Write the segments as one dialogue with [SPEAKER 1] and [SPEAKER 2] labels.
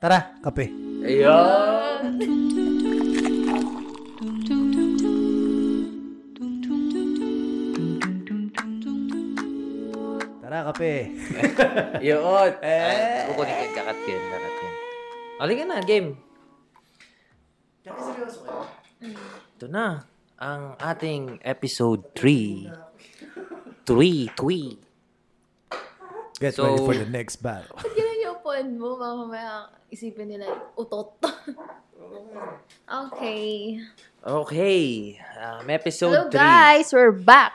[SPEAKER 1] Tara, kape.
[SPEAKER 2] Ayun.
[SPEAKER 1] Tara, kape.
[SPEAKER 2] Yun.
[SPEAKER 1] Eh.
[SPEAKER 2] Eh. Kukunin ko yung kakat yun. Kakat yun. Halika na, game. Ito na. Ang ating episode 3. 3, 3.
[SPEAKER 1] Get
[SPEAKER 2] So-
[SPEAKER 1] ready for the next battle.
[SPEAKER 3] Ba't yun yung phone mo? Baka mamaya isipin nila, utot. okay.
[SPEAKER 2] Okay. Um, episode
[SPEAKER 3] Hello
[SPEAKER 2] 3.
[SPEAKER 3] guys, we're back.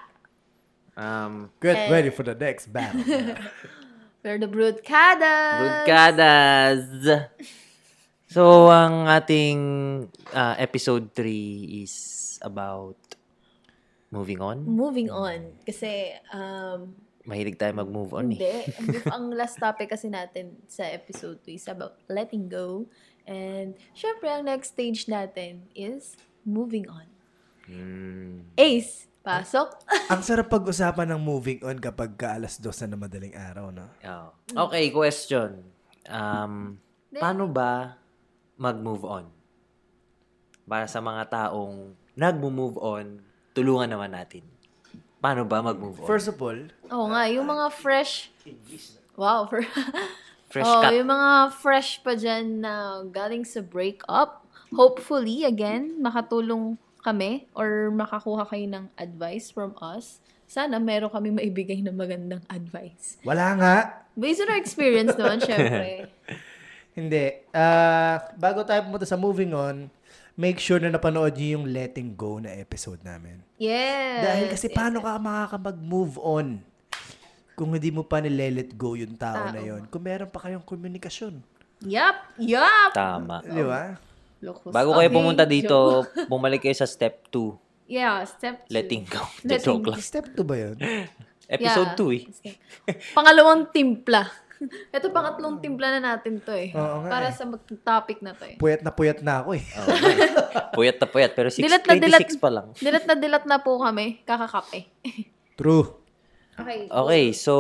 [SPEAKER 2] Um,
[SPEAKER 1] Get ready for the next battle.
[SPEAKER 3] We're the Broodcadas.
[SPEAKER 2] Broadcadas. So, ang ating uh, episode 3 is about moving on.
[SPEAKER 3] Moving on. Kasi, um,
[SPEAKER 2] Mahilig tayo mag-move on eh.
[SPEAKER 3] hindi. Ang, ang last topic kasi natin sa episode 2 is about letting go. And, syempre, ang next stage natin is moving on.
[SPEAKER 2] Mm.
[SPEAKER 3] Ace, pasok.
[SPEAKER 1] Ang sarap pag-usapan ng moving on kapag ka alas dos na ng madaling araw, no?
[SPEAKER 2] Oh.
[SPEAKER 1] Mm.
[SPEAKER 2] Okay, question. Um,
[SPEAKER 3] Then-
[SPEAKER 2] paano ba mag-move on? Para sa mga taong nag-move on, tulungan naman natin. Paano ba mag-move on?
[SPEAKER 1] First of all,
[SPEAKER 3] Oo nga, yung mga fresh... Wow. For,
[SPEAKER 2] Fresh
[SPEAKER 3] oh,
[SPEAKER 2] cut.
[SPEAKER 3] Yung mga fresh pa dyan na galing sa breakup. Hopefully, again, makatulong kami or makakuha kayo ng advice from us. Sana meron kami maibigay na magandang advice.
[SPEAKER 1] wala nga.
[SPEAKER 3] Based on our experience naman, syempre.
[SPEAKER 1] Hindi. Ah, bago tayo pumunta sa moving on, make sure na napanood niyo yung letting go na episode namin.
[SPEAKER 3] Yes.
[SPEAKER 1] Dahil kasi paano ka makakapag-move on kung hindi mo pa nile-let go yung tao na yon. Kung meron pa kayong komunikasyon.
[SPEAKER 3] Yup. Yup.
[SPEAKER 2] Tama.
[SPEAKER 3] Oh.
[SPEAKER 1] Di ba?
[SPEAKER 3] Locus.
[SPEAKER 2] Bago kayo
[SPEAKER 3] Okay,
[SPEAKER 2] pumunta
[SPEAKER 3] joke.
[SPEAKER 2] dito, bumalik kayo sa step 2,
[SPEAKER 3] Yeah, step two.
[SPEAKER 2] letting go.
[SPEAKER 3] Letting
[SPEAKER 2] Joke
[SPEAKER 3] go.
[SPEAKER 2] lang.
[SPEAKER 1] Step 2 ba yun?
[SPEAKER 2] Episode
[SPEAKER 3] Yeah.
[SPEAKER 2] 2 eh.
[SPEAKER 3] Pangalawang timpla. Ito pangatlong timpla na natin to eh.
[SPEAKER 1] Oo nga
[SPEAKER 3] Para
[SPEAKER 1] eh.
[SPEAKER 3] sa mag- topic na to eh.
[SPEAKER 1] Puyat na puyat na ako eh.
[SPEAKER 2] Oh, man. puyat na puyat, pero 6,
[SPEAKER 3] Dilat na dilat.
[SPEAKER 2] 26 pa lang.
[SPEAKER 3] Dilat na dilat na po kami. Kakakape.
[SPEAKER 1] True.
[SPEAKER 3] okay.
[SPEAKER 2] Okay, so,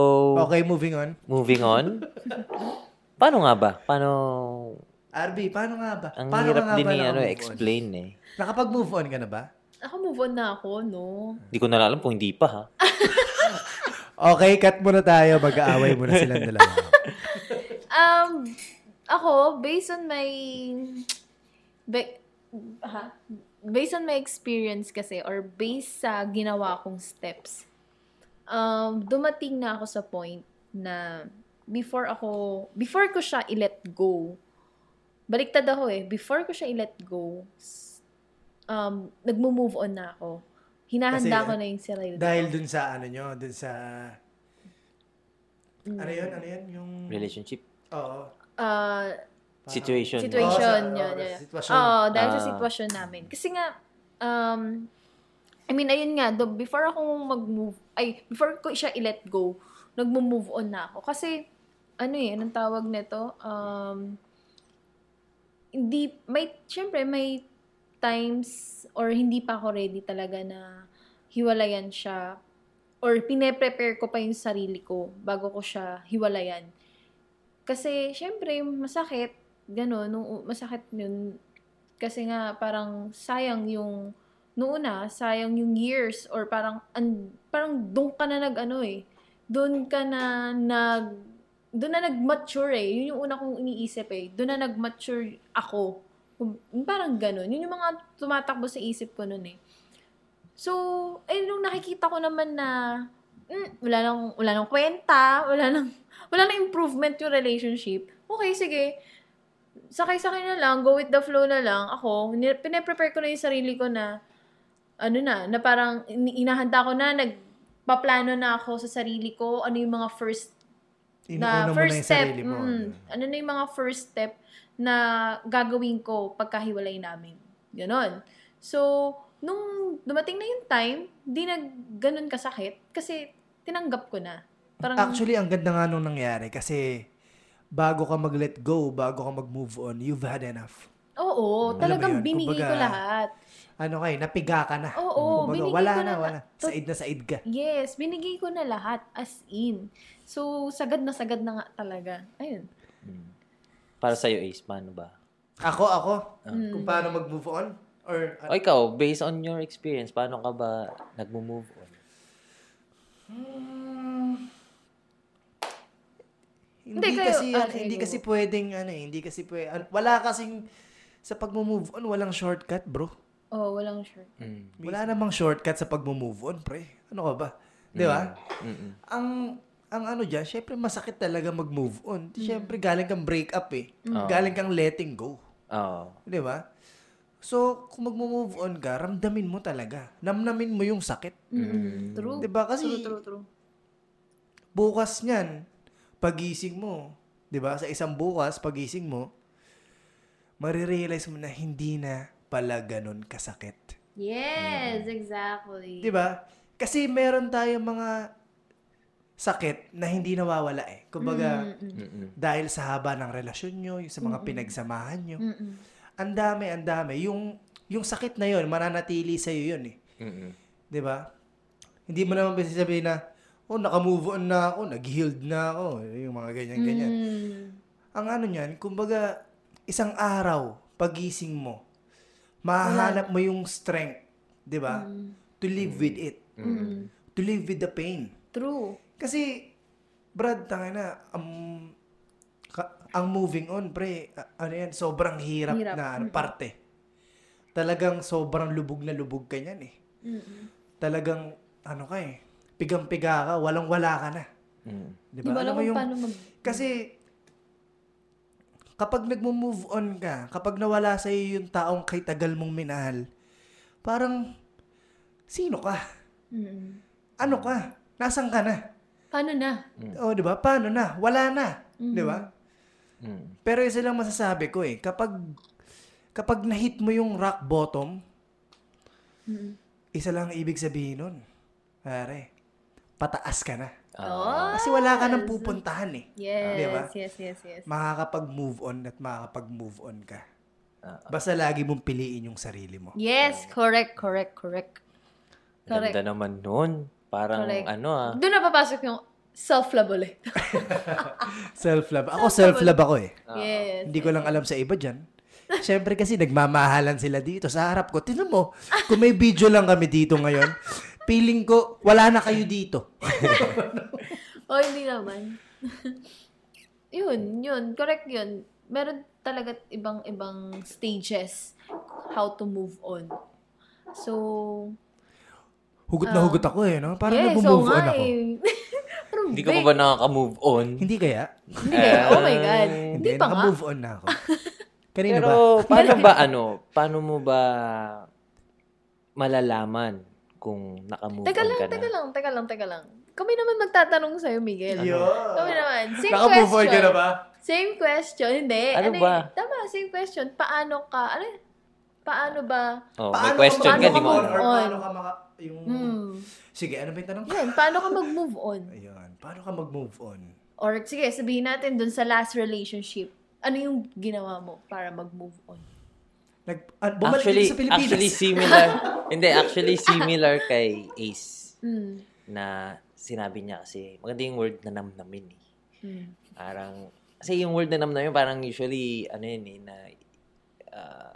[SPEAKER 1] Okay, moving on.
[SPEAKER 2] moving on. Paano nga ba? Paano,
[SPEAKER 1] RB, paano nga ba?
[SPEAKER 2] ang
[SPEAKER 1] paano ka
[SPEAKER 2] hirap
[SPEAKER 1] nga
[SPEAKER 2] din
[SPEAKER 1] ba
[SPEAKER 2] ni ano,
[SPEAKER 1] nakamove on?
[SPEAKER 2] explain eh.
[SPEAKER 1] Nakapag-move on ka na ba?
[SPEAKER 3] Ako move on na ako, no?
[SPEAKER 2] Hindi ko na alam kung hindi pa ha.
[SPEAKER 3] Ah.
[SPEAKER 1] Okay, cut muna tayo. Mag-aaway muna silang dalawa.
[SPEAKER 3] Um, ako, based on my... Be, ha? Based on my experience kasi or based sa ginawa kong steps, um, dumating na ako sa point na before ako, before ko siya i-let go, baliktad ako eh, before ko siya i-let go, s- um, nagmo-move on na ako. Hinahanda
[SPEAKER 1] Kasi,
[SPEAKER 3] ko na yung sarili.
[SPEAKER 1] Dahil dun sa ano nyo, dun sa... Ano yun? Ano yun? Yung...
[SPEAKER 2] Relationship,
[SPEAKER 1] Oo.
[SPEAKER 3] Uh,
[SPEAKER 2] situation.
[SPEAKER 1] Situation. Oo,
[SPEAKER 3] Situation,
[SPEAKER 1] Ah, sa-
[SPEAKER 3] yun,
[SPEAKER 1] oo,
[SPEAKER 3] yun.
[SPEAKER 1] sa sitwasyon.
[SPEAKER 3] Oo, dahil sa
[SPEAKER 2] Ah.
[SPEAKER 3] sitwasyon namin. Kasi nga, um, I mean, ayun nga, do, before ako mag-move, ay, before ko siya i-let go, nag-move on na ako. Kasi, ano eh, anong tawag nito? Um, hindi, may, syempre, may times or hindi pa ako ready talaga na hiwalayan siya or pine-prepare ko pa yung sarili ko bago ko siya hiwalayan. Kasi, syempre, masakit. Ganon, nung, masakit yun. Kasi nga, parang sayang yung, noon una, sayang yung years or parang, an, parang doon ka na nag, ano eh, doon ka na nag, doon na nag-mature eh. Yun yung una kong iniisip eh. Doon na nag-mature ako. Yung Parang ganon. Yun yung mga tumatakbo sa isip ko noon eh. So, eh, nung nakikita ko naman na, mm, wala nang, wala nang kwenta, wala nang, wala nang improvement yung relationship, okay, sige, sakay-sakay na lang, go with the flow na lang. Ako, ni- pinaprepare ko na yung sarili ko na, ano na, na parang in- inahanda ko na, nagpaplano na ako sa sarili ko, ano yung mga first
[SPEAKER 1] Inuuna mo na yung sarili mo.
[SPEAKER 3] mm, ano na yung mga first step na gagawin ko pagkahiwalay namin. Ganon. So, nung dumating na yung time, di na ganon kasakit kasi tinanggap ko na. Parang,
[SPEAKER 1] Actually, ang ganda nga nung nangyari kasi bago ka mag-let go, bago ka mag-move on, you've had enough.
[SPEAKER 3] oo,
[SPEAKER 1] Alam mo
[SPEAKER 3] talagang
[SPEAKER 1] yun,
[SPEAKER 3] binigay ko
[SPEAKER 1] kumbaga,
[SPEAKER 3] lahat.
[SPEAKER 1] Ano kay, napiga ka na.
[SPEAKER 3] Oo, Oh, binigay
[SPEAKER 1] wala
[SPEAKER 3] ko
[SPEAKER 1] na,
[SPEAKER 3] na-
[SPEAKER 1] wala.
[SPEAKER 3] to-
[SPEAKER 1] Said na said ka.
[SPEAKER 3] Yes, binigay ko na lahat as in. So, sagad na sagad na nga talaga. Ayun.
[SPEAKER 2] Hmm. Para sa'yo, Ace, paano ba?
[SPEAKER 1] Ako, ako? Kung paano mag-move on? Or, ah,
[SPEAKER 2] O ikaw, based on your experience, paano ka ba nagmo-move on?
[SPEAKER 1] Hindi,
[SPEAKER 3] kayo-
[SPEAKER 1] kasi
[SPEAKER 3] ah,
[SPEAKER 1] ano, hindi
[SPEAKER 3] kayo.
[SPEAKER 1] kasi pwedeng ano, eh, hindi kasi pwede, ano, wala kasing sa pag-move on, walang shortcut, bro.
[SPEAKER 3] Oh, walang sure.
[SPEAKER 1] Wala namang shortcut sa pag-move on, pre. Ano ka ba? 'Di ba? Ang ang ano diyan, syempre masakit talaga mag-move on. Syempre galing kang break up eh. Galing kang letting go,
[SPEAKER 2] Oo.
[SPEAKER 1] 'di ba? So, kung mag-move on ka, ramdamin mo talaga. Namnamin mo yung sakit.
[SPEAKER 3] Mm. True.
[SPEAKER 1] 'Di ba? Diba Kasi
[SPEAKER 3] True, true, true.
[SPEAKER 1] bukas niyan, pagising mo, 'di ba? Sa isang bukas, pagising mo, marirealize mo na hindi na pala ganun kasakit.
[SPEAKER 3] Yes,
[SPEAKER 2] Mm.
[SPEAKER 3] exactly.
[SPEAKER 1] 'Di ba? Kasi meron tayong mga sakit na hindi nawawala eh.
[SPEAKER 3] Mm.
[SPEAKER 1] Kumbaga, dahil sa haba ng relasyon nyo, yung sa mga pinagsamahan nyo,
[SPEAKER 3] Mm-mm.
[SPEAKER 1] ang dami, ang dami. Yung, yung sakit na yon mananatili sa'yo yun eh.
[SPEAKER 2] Mm-mm.
[SPEAKER 1] 'Di ba? Hindi mo naman pwede sabihin na, oh, naka-move on na ako, nag-healed na ako, yung mga ganyan-ganyan.
[SPEAKER 3] Mm.
[SPEAKER 1] Ang ano niyan, kumbaga, isang araw, pagising mo, mahahanap mo yung strength, di ba?
[SPEAKER 3] Mm.
[SPEAKER 1] To live with it. To live with the pain.
[SPEAKER 3] True.
[SPEAKER 1] Kasi, Brad, tanga na, um, ka- ang moving on, pre, a- ano yan, sobrang hirap,
[SPEAKER 3] Hirap.
[SPEAKER 1] na ano, parte. Talagang sobrang lubog na lubog ka niyan eh.
[SPEAKER 3] Mm-mm.
[SPEAKER 1] Talagang, ano ka eh, pigang-piga ka, walang-wala ka na.
[SPEAKER 2] Mm.
[SPEAKER 1] Di
[SPEAKER 3] Di
[SPEAKER 1] ba? Alam
[SPEAKER 3] ba alam
[SPEAKER 1] mo
[SPEAKER 3] kung
[SPEAKER 1] yung-
[SPEAKER 3] paano mag...
[SPEAKER 1] kasi, kapag nagmo-move on ka, kapag nawala sa'yo yung taong kay tagal mong minahal, parang, sino ka?
[SPEAKER 3] Mm-mm.
[SPEAKER 1] Ano ka? Nasaan ka na?
[SPEAKER 3] Paano na?
[SPEAKER 1] O, di ba? Paano na? Wala na. Di ba?
[SPEAKER 2] Mm.
[SPEAKER 1] Pero isa lang masasabi ko eh, kapag, kapag nahit mo yung rock bottom,
[SPEAKER 3] Mm-mm.
[SPEAKER 1] isa lang ang ibig sabihin nun. Pare, pataas ka na.
[SPEAKER 3] Oh,
[SPEAKER 2] Ah.
[SPEAKER 1] Kasi wala ka nang pupuntahan eh.
[SPEAKER 3] Yes,
[SPEAKER 1] Di ba?
[SPEAKER 3] yes, yes, yes.
[SPEAKER 1] makakapag-move on at makakapag-move on ka.
[SPEAKER 2] Ah,
[SPEAKER 1] Basta lagi mong piliin yung sarili mo.
[SPEAKER 3] Yes, correct, correct, correct. Correct.
[SPEAKER 2] Ganda naman nun. Parang
[SPEAKER 3] Correct.
[SPEAKER 2] ano ah.
[SPEAKER 3] Doon na papasok yung self-love ulit.
[SPEAKER 1] Self-love. Ako self-love ako eh.
[SPEAKER 2] Ah.
[SPEAKER 3] yes.
[SPEAKER 1] Hindi ko lang alam sa iba dyan. Siyempre kasi nagmamahalan sila dito sa harap ko. Tinan mo, kung may video lang kami dito ngayon, feeling ko wala na kayo dito.
[SPEAKER 3] O, Oh, hindi naman. yun, yun. Correct yun. Meron talaga ibang-ibang stages how to move on. So,
[SPEAKER 1] Hugot na hugot ako eh, no? Parang
[SPEAKER 3] yeah,
[SPEAKER 1] nag-move on
[SPEAKER 3] so Ah. nga
[SPEAKER 1] ako.
[SPEAKER 3] eh. Parang
[SPEAKER 2] Hindi ka pa
[SPEAKER 3] big.
[SPEAKER 2] ba nakaka-move on?
[SPEAKER 1] Hindi kaya?
[SPEAKER 3] Hindi kaya. Oh my God. Hindi pa nga.
[SPEAKER 1] Eh, naka-move on na ako. Kanina
[SPEAKER 2] Pero
[SPEAKER 1] ba?
[SPEAKER 2] paano ba ano? Paano mo ba malalaman kung naka-move
[SPEAKER 3] Teka
[SPEAKER 2] on
[SPEAKER 3] lang,
[SPEAKER 2] ka
[SPEAKER 3] teka
[SPEAKER 2] na?
[SPEAKER 3] lang, teka lang, teka lang. Kami naman magtatanong sa'yo, Miguel. Kami naman. Same
[SPEAKER 1] Naka-move on
[SPEAKER 3] question.
[SPEAKER 1] ka na ba?
[SPEAKER 3] Same question. Hindi.
[SPEAKER 2] Ano
[SPEAKER 3] eh,
[SPEAKER 2] ba?
[SPEAKER 3] Tama, same question. Paano ka, ano, paano ba,
[SPEAKER 2] Oh,
[SPEAKER 1] Paano
[SPEAKER 2] may question
[SPEAKER 1] paano
[SPEAKER 2] ka, di mo
[SPEAKER 1] move Or
[SPEAKER 2] alam.
[SPEAKER 3] paano on?
[SPEAKER 1] paano ka maka... Yung...
[SPEAKER 3] hmm,
[SPEAKER 1] Sige, ano ba yung tanong?
[SPEAKER 3] yan, paano ka mag-move on?
[SPEAKER 1] Ayun. Paano ka mag-move on?
[SPEAKER 3] Or, sige, sabihin natin dun sa last relationship, ano yung ginawa mo para mag-move on?
[SPEAKER 1] Nag, ah, bumalik
[SPEAKER 2] Actually,
[SPEAKER 1] dito sa Pilipinas.
[SPEAKER 2] actually similar. hindi, actually similar kay Ace
[SPEAKER 3] Hmm.
[SPEAKER 2] na sinabi niya kasi maganda yung word na namnamin eh.
[SPEAKER 3] Hmm.
[SPEAKER 2] Parang, kasi yung word na namnamin parang usually, ano yun eh, na, ah,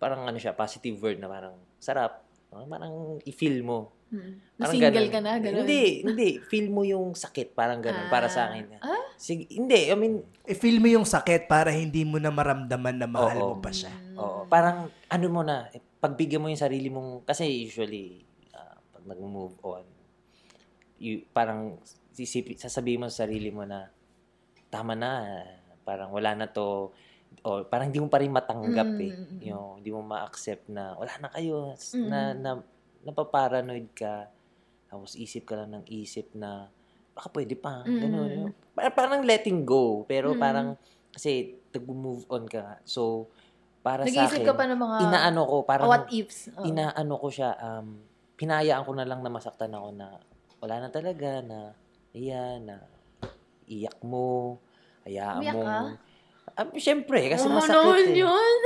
[SPEAKER 2] parang ano siya, positive word na parang sarap. Parang, parang i-feel mo.
[SPEAKER 3] Hmm.
[SPEAKER 2] Parang
[SPEAKER 3] Single
[SPEAKER 2] ganun.
[SPEAKER 3] ka na, ganun.
[SPEAKER 2] Hindi, hindi. Feel mo yung sakit, parang ganun,
[SPEAKER 3] Ah.
[SPEAKER 2] para sa akin.
[SPEAKER 3] Ah?
[SPEAKER 2] Sige, hindi, I mean,
[SPEAKER 1] I-feel Eh, mo yung sakit para hindi mo na maramdaman na mahal
[SPEAKER 2] Oo.
[SPEAKER 1] mo pa siya.
[SPEAKER 2] oo, parang ano mo na, eh, pagbigyan mo yung sarili mong, kasi usually, ah, pag nag-move on, you, parang sisipi, sasabihin mo sa sarili mo na, tama na, parang wala na to, o parang hindi mo pa rin matanggap
[SPEAKER 3] Mm,
[SPEAKER 2] eh.
[SPEAKER 3] mm, mm.
[SPEAKER 2] Yung, hindi mo ma-accept na wala na kayo, s-
[SPEAKER 3] Mm,
[SPEAKER 2] na,
[SPEAKER 3] mm.
[SPEAKER 2] na, napaparanoid ka, tapos isip ka lang ng isip na, baka pwede pa,
[SPEAKER 3] Mm.
[SPEAKER 2] ganun. Par- Parang letting go, pero
[SPEAKER 3] Mm.
[SPEAKER 2] parang, kasi nag-move on ka nga. So, para sa akin,
[SPEAKER 3] Nag-iisip ka pa ng mga
[SPEAKER 2] inaano ko, parang,
[SPEAKER 3] what ifs. Oh. Oo.
[SPEAKER 2] inaano ko siya, um, pinayaan ko na lang na masaktan ako na wala na talaga, na, iyan, na, iyak mo, hayaan
[SPEAKER 3] Umiyak
[SPEAKER 2] mong,
[SPEAKER 3] ka?
[SPEAKER 2] Ah, siyempre, kasi
[SPEAKER 3] Oo
[SPEAKER 2] masakit
[SPEAKER 3] naman
[SPEAKER 2] eh.
[SPEAKER 3] yun.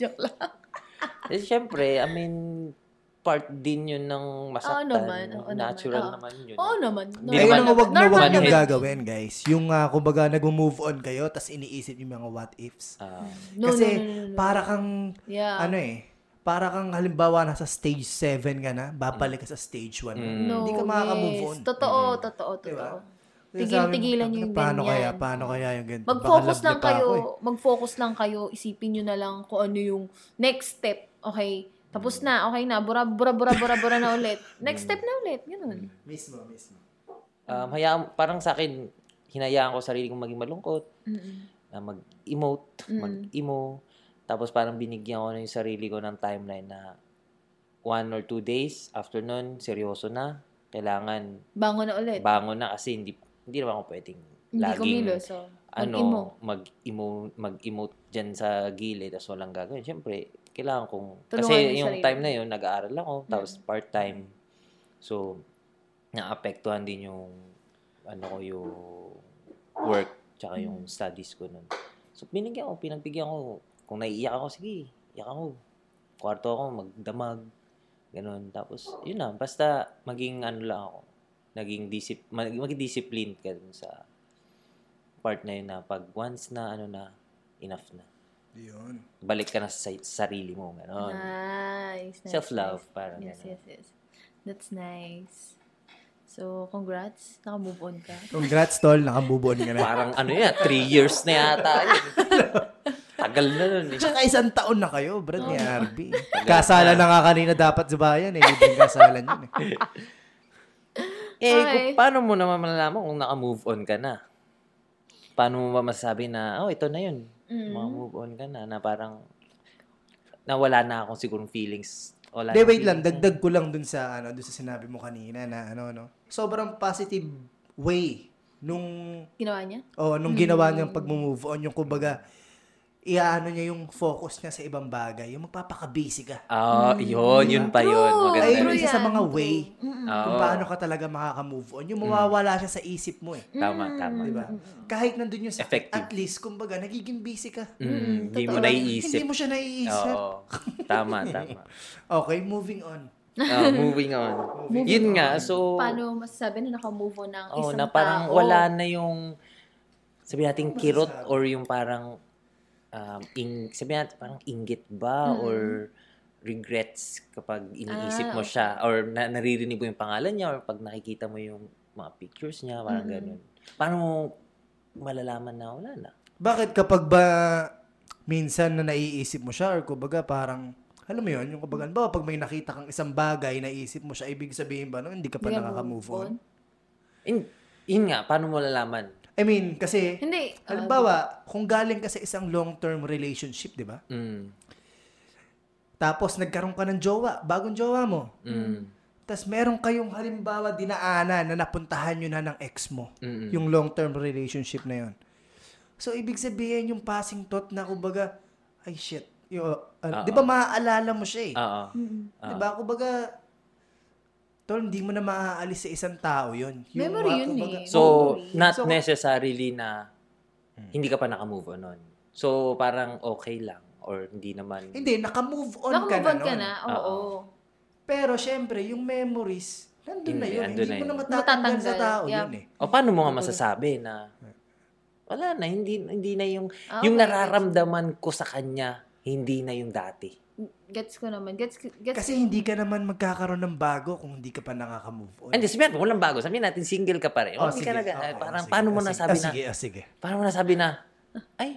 [SPEAKER 3] Joke lang.
[SPEAKER 2] Eh, siyempre, I mean, part din yun ng masaktan.
[SPEAKER 3] naman, oo naman,
[SPEAKER 2] Natural
[SPEAKER 3] oo.
[SPEAKER 2] naman yun.
[SPEAKER 3] Oo naman.
[SPEAKER 2] Hindi
[SPEAKER 1] Ayun
[SPEAKER 2] naman-
[SPEAKER 1] ang wag na wag
[SPEAKER 2] naman
[SPEAKER 1] yung
[SPEAKER 2] yun.
[SPEAKER 1] gagawin, guys. Yung, ah, kumbaga, nag-move on kayo, tas iniisip yung mga what ifs.
[SPEAKER 2] Ah,
[SPEAKER 3] No,
[SPEAKER 1] Kasi,
[SPEAKER 3] no, no, no, no, no.
[SPEAKER 1] para kang,
[SPEAKER 3] Yeah.
[SPEAKER 1] ano eh, para kang halimbawa nasa stage 7 ka na, babalik ka sa stage 1.
[SPEAKER 2] Mm.
[SPEAKER 3] no,
[SPEAKER 1] Hindi ka makaka-move on.
[SPEAKER 3] yes. Totoo,
[SPEAKER 2] Mm.
[SPEAKER 3] totoo,
[SPEAKER 1] Di ba?
[SPEAKER 3] totoo.
[SPEAKER 1] Kaya
[SPEAKER 3] Tigil-
[SPEAKER 1] sabi mo,
[SPEAKER 3] tigilan
[SPEAKER 1] "Tangina,
[SPEAKER 3] yung
[SPEAKER 1] Paano
[SPEAKER 3] ganyan."
[SPEAKER 1] kaya, paano kaya yung ganito? Baka
[SPEAKER 3] Mag-focus
[SPEAKER 1] love
[SPEAKER 3] lang
[SPEAKER 1] na pa
[SPEAKER 3] kayo,
[SPEAKER 1] ako
[SPEAKER 3] eh.
[SPEAKER 1] eh.
[SPEAKER 3] mag-focus lang kayo, isipin nyo na lang kung ano yung next step, okay? Tapos na, okay na, bura, bura, bura, bura, bura na ulit. Next step na ulit,
[SPEAKER 1] eh.
[SPEAKER 3] ganun.
[SPEAKER 1] Mismo, mismo.
[SPEAKER 2] um, hayaan, parang sa akin, hinayaan ko sarili kong maging malungkot,
[SPEAKER 3] Mm-mm.
[SPEAKER 2] na mag-emote,
[SPEAKER 3] Mm.
[SPEAKER 2] mag-emo. Tapos parang binigyan ko na yung sarili ko ng timeline na one or two days after nun, seryoso na. Kailangan
[SPEAKER 3] Bango na ulit.
[SPEAKER 2] bangon na kasi hindi hindi naman ako pwedeng
[SPEAKER 3] Hindi
[SPEAKER 2] laging
[SPEAKER 3] kumilos, Oh. so. mag-emo.
[SPEAKER 2] ano, mag-emo, mag-emote dyan sa gilid tapos walang gagawin. Siyempre, kailangan kong,
[SPEAKER 3] Tulungan
[SPEAKER 2] kasi
[SPEAKER 3] yung
[SPEAKER 2] yung
[SPEAKER 3] sarili. Mm.
[SPEAKER 2] time na yun, nag-aaral ako, tapos part-time. So, naapektuhan din yung, ano ko, yung work, tsaka yung studies ko nun. So, binigyan ko, pinagbigyan ko, kung naiiyak ako, sige, iyak ako. Kwarto ako, magdamag, ganun. Tapos, yun na, basta maging ano lang ako, naging disip, mag, maging disciplined ka dun sa part na yun na pag once na ano na, enough na.
[SPEAKER 1] Yun.
[SPEAKER 2] Balik ka na sa sa sarili mo, gano'n.
[SPEAKER 3] Nice, nice.
[SPEAKER 2] Self-love,
[SPEAKER 3] nice.
[SPEAKER 2] parang
[SPEAKER 3] Ah, Yes,
[SPEAKER 2] ganun.
[SPEAKER 3] yes, yes. That's nice. So, congrats. Naka-move on ka.
[SPEAKER 1] Congrats, tol. Nakabubuon ka na.
[SPEAKER 2] Parang ano yan, three years na yata. yun. Tagal na nun eh.
[SPEAKER 1] Tsaka isang taon na kayo, brad, ni RB. Kasala na nga kanina dapat sa bayan eh. Libreng kasalan yun eh.
[SPEAKER 2] Eh,
[SPEAKER 3] Okay.
[SPEAKER 2] kung, paano mo naman malalaman kung naka-move on ka na? Paano mo ba masasabi na, oh, ito na yun.
[SPEAKER 3] Mm.
[SPEAKER 2] Maka-move on ka na, na parang, nawala na akong sigurong feelings. Wala
[SPEAKER 1] De,
[SPEAKER 2] na eh.
[SPEAKER 1] wait lang.
[SPEAKER 2] feelings.
[SPEAKER 1] Dagdag ko lang dun sa, ano, dun sa sinabi mo kanina na ano, no. Sobrang positive way nung,
[SPEAKER 3] Ginawa niya?
[SPEAKER 1] oh, nung ginawa niyang pag-move on. Yung kumbaga, iaano niya yung focus niya sa ibang bagay. Yung magpapakabisi ka.
[SPEAKER 2] Ah,
[SPEAKER 3] Mm.
[SPEAKER 2] yun, yun pa yun.
[SPEAKER 3] Oh,
[SPEAKER 2] Maganda.
[SPEAKER 1] Ayun
[SPEAKER 2] yun.
[SPEAKER 1] yung isa sa mga way
[SPEAKER 2] Oo.
[SPEAKER 1] kung paano ka talaga makaka-move on. Yung mawawala siya sa isip mo eh.
[SPEAKER 2] Tama, tama. Diba?
[SPEAKER 1] Di ba? Kahit nandun yung sakit,
[SPEAKER 2] Effective.
[SPEAKER 1] at least, kumbaga, nagiging busy ka.
[SPEAKER 2] Mm, hindi mo
[SPEAKER 3] Totoo.
[SPEAKER 2] naiisip.
[SPEAKER 1] Hindi mo siya naiisip.
[SPEAKER 2] Oo. Tama, tama.
[SPEAKER 1] Okay, moving on.
[SPEAKER 2] Ah, moving on. Yun nga, so...
[SPEAKER 3] Paano masasabi na naka-move on ng
[SPEAKER 2] Oh,
[SPEAKER 3] isang
[SPEAKER 2] na parang
[SPEAKER 3] tao?
[SPEAKER 2] wala na yung sabi natin kirot or yung parang um, in, sabi natin parang inggit ba or regrets kapag iniisip
[SPEAKER 3] Ah,
[SPEAKER 2] mo siya or na, naririnig mo yung pangalan niya or pag nakikita mo yung mga pictures niya, parang ganun. Paano mo malalaman na wala na?
[SPEAKER 1] Bakit kapag ba minsan na naiisip mo siya or kumbaga parang alam mo yun, yung kumbaga, ba, pag may nakita kang isang bagay, naisip mo siya, ibig sabihin ba, no, hindi ka pa
[SPEAKER 3] Hindi ka
[SPEAKER 1] nakaka-move
[SPEAKER 3] move
[SPEAKER 1] on?
[SPEAKER 2] In, yun nga, paano mo malalaman?
[SPEAKER 1] I mean, kasi,
[SPEAKER 3] Hindi. ah,
[SPEAKER 1] halimbawa, kung galing ka sa isang long-term relationship, di ba?
[SPEAKER 2] Mm,
[SPEAKER 1] Tapos, nagkaroon ka ng jowa, bagong jowa mo.
[SPEAKER 2] mm,
[SPEAKER 1] Tapos, meron kayong halimbawa dinaanan na napuntahan nyo na ng ex mo.
[SPEAKER 2] mm,
[SPEAKER 1] yung long-term relationship na yun. So, ibig sabihin yung passing thought na kumbaga, ay shit, yung, ano,
[SPEAKER 2] Oo.
[SPEAKER 1] di ba maaalala mo siya eh?
[SPEAKER 2] Oo.
[SPEAKER 3] um,
[SPEAKER 1] Di ba?
[SPEAKER 3] Ah.
[SPEAKER 1] Diba? Kumbaga, tol, hindi mo na maaalis sa isang tao yun.
[SPEAKER 3] Memory
[SPEAKER 1] mga-
[SPEAKER 3] yun
[SPEAKER 1] kumbaga,
[SPEAKER 3] eh.
[SPEAKER 2] So,
[SPEAKER 3] Memory.
[SPEAKER 2] not
[SPEAKER 1] Oh. So-
[SPEAKER 2] necessarily na hindi ka pa nakamove on nun. So, parang okay lang or hindi naman.
[SPEAKER 1] Hindi, naka-move on ka
[SPEAKER 3] Naka-move
[SPEAKER 1] na,
[SPEAKER 3] on ka
[SPEAKER 1] nun.
[SPEAKER 3] na?
[SPEAKER 2] Oo.
[SPEAKER 3] Oo.
[SPEAKER 1] Pero syempre, yung memories, nandun na
[SPEAKER 2] Hindi,
[SPEAKER 1] yun. eh.
[SPEAKER 2] andun
[SPEAKER 1] Hindi
[SPEAKER 2] na
[SPEAKER 1] mo na
[SPEAKER 2] yun.
[SPEAKER 1] matatanggal sa
[SPEAKER 3] Matatanggal,
[SPEAKER 1] tao
[SPEAKER 3] yeah.
[SPEAKER 1] yun eh.
[SPEAKER 2] O paano mo nga masasabi na wala na, hindi hindi na yung
[SPEAKER 3] Ah,
[SPEAKER 2] yung
[SPEAKER 3] okay.
[SPEAKER 2] nararamdaman ko sa kanya, hindi na yung dati.
[SPEAKER 3] Gets ko naman. Gets, gets.
[SPEAKER 1] Kasi hindi ka naman magkakaroon ng bago kung hindi ka pa nakaka-move on.
[SPEAKER 2] Hindi, sabihin ko, walang bago. Sabihin natin, single ka pa rin.
[SPEAKER 1] Oh,
[SPEAKER 2] Hindi
[SPEAKER 1] sige.
[SPEAKER 2] ka naga-
[SPEAKER 1] Oo,
[SPEAKER 2] eh,
[SPEAKER 1] oo,
[SPEAKER 2] parang,
[SPEAKER 1] sige,
[SPEAKER 2] paano mo
[SPEAKER 1] ah, sige.
[SPEAKER 2] nasabi
[SPEAKER 1] Ah,
[SPEAKER 2] na,
[SPEAKER 1] sige, ah, sige.
[SPEAKER 2] paano mo nasabi na, ay,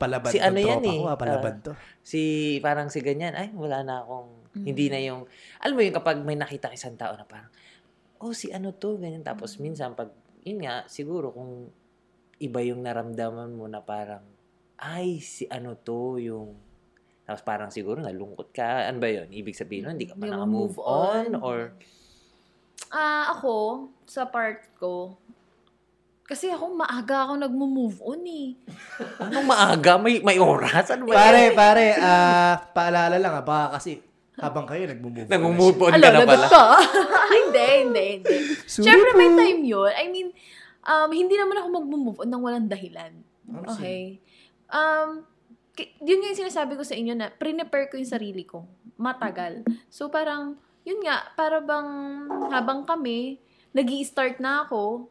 [SPEAKER 1] Palabad
[SPEAKER 2] Si
[SPEAKER 1] tong
[SPEAKER 2] ano yan
[SPEAKER 1] tropa
[SPEAKER 2] eh,
[SPEAKER 1] ko, ah, palabad
[SPEAKER 2] ah,
[SPEAKER 1] to.
[SPEAKER 2] si parang si ganyan, ay wala na akong, hindi
[SPEAKER 3] Mm.
[SPEAKER 2] na yung, alam mo yung kapag may nakita ka isang tao na parang, oh si ano to, ganyan. Tapos
[SPEAKER 3] Mm.
[SPEAKER 2] minsan pag, yun nga, siguro kung iba yung naramdaman mo na parang, ay si ano to, yung, tapos parang siguro nalungkot ka, ano ba yun? Ibig sabihin nun, hindi ka pa
[SPEAKER 3] Yung
[SPEAKER 2] naka-move
[SPEAKER 3] move
[SPEAKER 2] on,
[SPEAKER 3] on.
[SPEAKER 2] or,
[SPEAKER 3] Ah, ako, sa part ko, kasi ako maaga ako nagmo-move on eh.
[SPEAKER 2] anong maaga, may, may oras, ano ba yun?
[SPEAKER 1] Pare, pare, ah, paalala lang ha, baka kasi habang kayo nagmumove. on
[SPEAKER 2] Nag-move on ka
[SPEAKER 3] Ala,
[SPEAKER 2] na pala.
[SPEAKER 3] lagot ka. hindi, hindi, hindi.
[SPEAKER 1] Sorry
[SPEAKER 3] Siyempre, may
[SPEAKER 1] po.
[SPEAKER 3] time yun. I mean, um, hindi naman ako mag-move on nang walang dahilan.
[SPEAKER 1] Ano siya?
[SPEAKER 3] Okay. Um, k- yun nga yung sinasabi ko sa inyo na prepare ko yung sarili ko. Matagal. So, parang, yun nga, para bang habang kami, nag start na ako,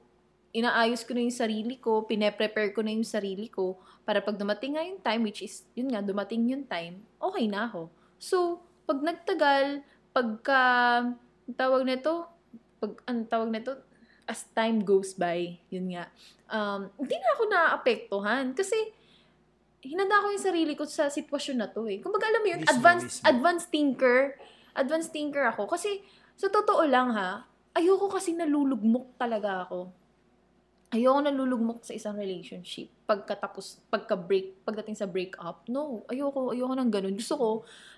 [SPEAKER 3] inaayos ko na yung sarili ko, pine-prepare ko na yung sarili ko, para pag dumating nga yung time, which is, yun nga, dumating yung time, okay na ako. So, pag nagtagal, pagka, ang tawag nito, pag, ang tawag nito, as time goes by, yun nga, um, hindi na ako naaapektuhan. Kasi, hinanda ko yung sarili ko sa sitwasyon na to eh. Kung alam mo yun,
[SPEAKER 1] Mismo,
[SPEAKER 3] advanced,
[SPEAKER 1] mismo.
[SPEAKER 3] advanced thinker, advanced thinker ako. Kasi, sa totoo lang ha, ayoko kasi nalulugmok talaga ako. Ayoko nalulugmok sa isang relationship. Pagkatapos, pagka-break, pagdating sa breakup, no. Ayoko, ayoko ng ganun. Gusto ko,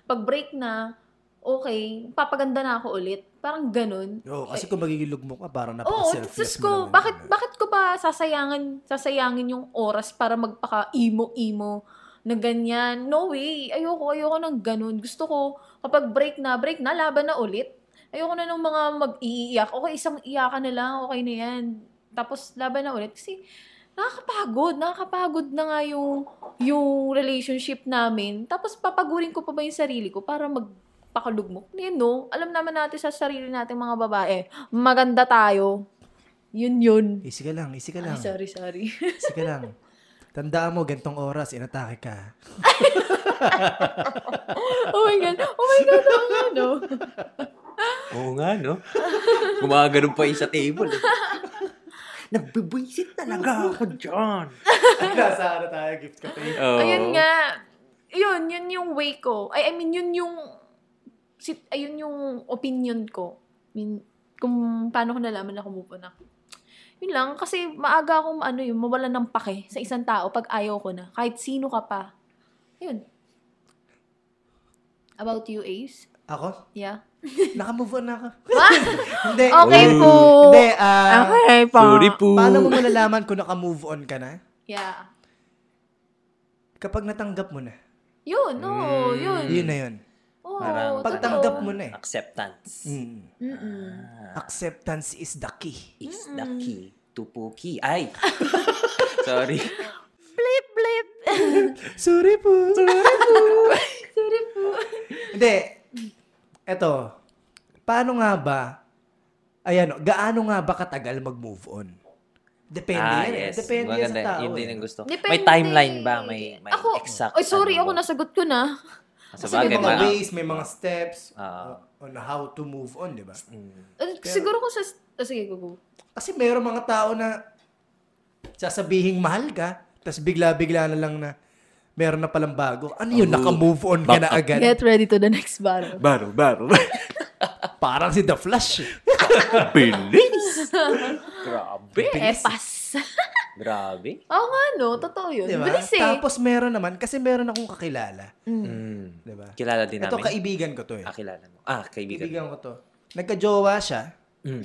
[SPEAKER 3] pag-break na, okay, papaganda na ako ulit. Parang ganun.
[SPEAKER 1] Oo, kasi kung magiging lugmok ka, parang
[SPEAKER 3] Eh, Oo,
[SPEAKER 1] napaka-selfless mo
[SPEAKER 3] sus ko,
[SPEAKER 1] naman.
[SPEAKER 3] bakit, bakit ko ba sasayangan, sasayangin yung oras para magpaka-imo-imo na ganyan? No way. Ayoko, ayoko ng ganun. Gusto ko, kapag break na, break na, laban na ulit. Ayoko na ng mga mag-iiyak. Okay, isang iyakan na lang, okay na yan. Tapos laban na ulit. Kasi nakakapagod, nakakapagod na nga yung, yung relationship namin. Tapos papagurin ko pa ba yung sarili ko para magpakalugmok? Hindi, no. Alam naman natin sa sarili natin mga babae, maganda tayo. Yun yun.
[SPEAKER 1] Easy ka ah. Eh, lang, easy ka
[SPEAKER 3] Ay,
[SPEAKER 1] lang.
[SPEAKER 3] sorry, sorry.
[SPEAKER 1] Easy ka lang. Tandaan mo, gantong oras, inatake ka.
[SPEAKER 3] oh my God. Oh my God, oo nga, no?
[SPEAKER 2] Oo nga, no? Gumagano pa yung sa table. eh. Nagbibwisit talaga ako dyan.
[SPEAKER 1] Nasa ano tayo, gift ka pa
[SPEAKER 2] Oh.
[SPEAKER 3] Ayun nga. Yun, yun yung way ko. Ay, I mean, yun yung, sit, ayun yung opinion ko. I mean, kung paano ko nalaman na kumupo na. Yun lang, kasi maaga akong ano yun, mawala ng pake sa isang tao pag ayaw ko na. Kahit sino ka pa. Ayun. About you, Ace?
[SPEAKER 1] Ako?
[SPEAKER 3] Yeah.
[SPEAKER 1] Nakamove on na ako.
[SPEAKER 3] What?
[SPEAKER 1] Hindi.
[SPEAKER 3] Okay po.
[SPEAKER 1] Hindi, ah,
[SPEAKER 3] Okay po.
[SPEAKER 2] Sorry po.
[SPEAKER 1] paano mo malalaman kung nakamove on ka na?
[SPEAKER 3] Yeah.
[SPEAKER 1] Kapag natanggap mo na.
[SPEAKER 3] Yun, oo, yun.
[SPEAKER 2] Mm,
[SPEAKER 1] Yun na yun.
[SPEAKER 3] Oo,
[SPEAKER 2] Parang
[SPEAKER 3] totoo.
[SPEAKER 1] Pagtanggap mo na eh.
[SPEAKER 2] Acceptance
[SPEAKER 1] Mm.
[SPEAKER 3] Mm-mm.
[SPEAKER 1] Ah. Acceptance is the key.
[SPEAKER 2] is the key to Puki. Ay! Sorry.
[SPEAKER 3] Blip, blip.
[SPEAKER 1] Sorry po.
[SPEAKER 3] Sorry po.
[SPEAKER 1] Hindi. Eto. Paano nga ba? Ayan, o, gaano nga ba katagal mag-move on? Depende yan. eh. Depende yan
[SPEAKER 2] Ah, Maganda.
[SPEAKER 1] sa tao.
[SPEAKER 2] Yun din
[SPEAKER 1] eh.
[SPEAKER 2] ang gusto.
[SPEAKER 3] Depende.
[SPEAKER 2] May timeline ba? May, may
[SPEAKER 3] ako,
[SPEAKER 2] exact.
[SPEAKER 3] Ay, sorry,
[SPEAKER 2] ano
[SPEAKER 3] ako
[SPEAKER 2] mo?
[SPEAKER 3] nasagot ko na.
[SPEAKER 2] Sa
[SPEAKER 1] Kasi may
[SPEAKER 2] bagay,
[SPEAKER 1] mga
[SPEAKER 2] ma-
[SPEAKER 1] ways, may mga steps
[SPEAKER 2] Ah.
[SPEAKER 1] uh, on how to move on, di ba?
[SPEAKER 2] Mm.
[SPEAKER 3] Eh, Siguro kung sa... Oh, sige, go, go.
[SPEAKER 1] Kasi mayroong mga tao na sasabihing mahal ka, tapos bigla-bigla na lang na meron na palang bago. Ano yun,
[SPEAKER 2] Oh.
[SPEAKER 1] naka-move on ka na agad?
[SPEAKER 3] Get ready to the next battle.
[SPEAKER 2] Baro, baro.
[SPEAKER 1] Parang si The Flash. eh.
[SPEAKER 2] Bilis! Grabe.
[SPEAKER 3] Eh, pass.
[SPEAKER 2] Grabe.
[SPEAKER 3] Oo nga, no? Totoo yun.
[SPEAKER 1] Di ba?
[SPEAKER 3] Bilis eh.
[SPEAKER 1] Diba? Tapos meron naman, kasi meron akong kakilala.
[SPEAKER 2] Mm.
[SPEAKER 1] Di ba?
[SPEAKER 2] Kilala din
[SPEAKER 1] Ito,
[SPEAKER 2] namin.
[SPEAKER 1] kaibigan ko to eh.
[SPEAKER 2] ah, kilala mo. Ah, kaibigan.
[SPEAKER 1] Kaibigan ko to. Nagka-jowa siya,
[SPEAKER 2] Mm.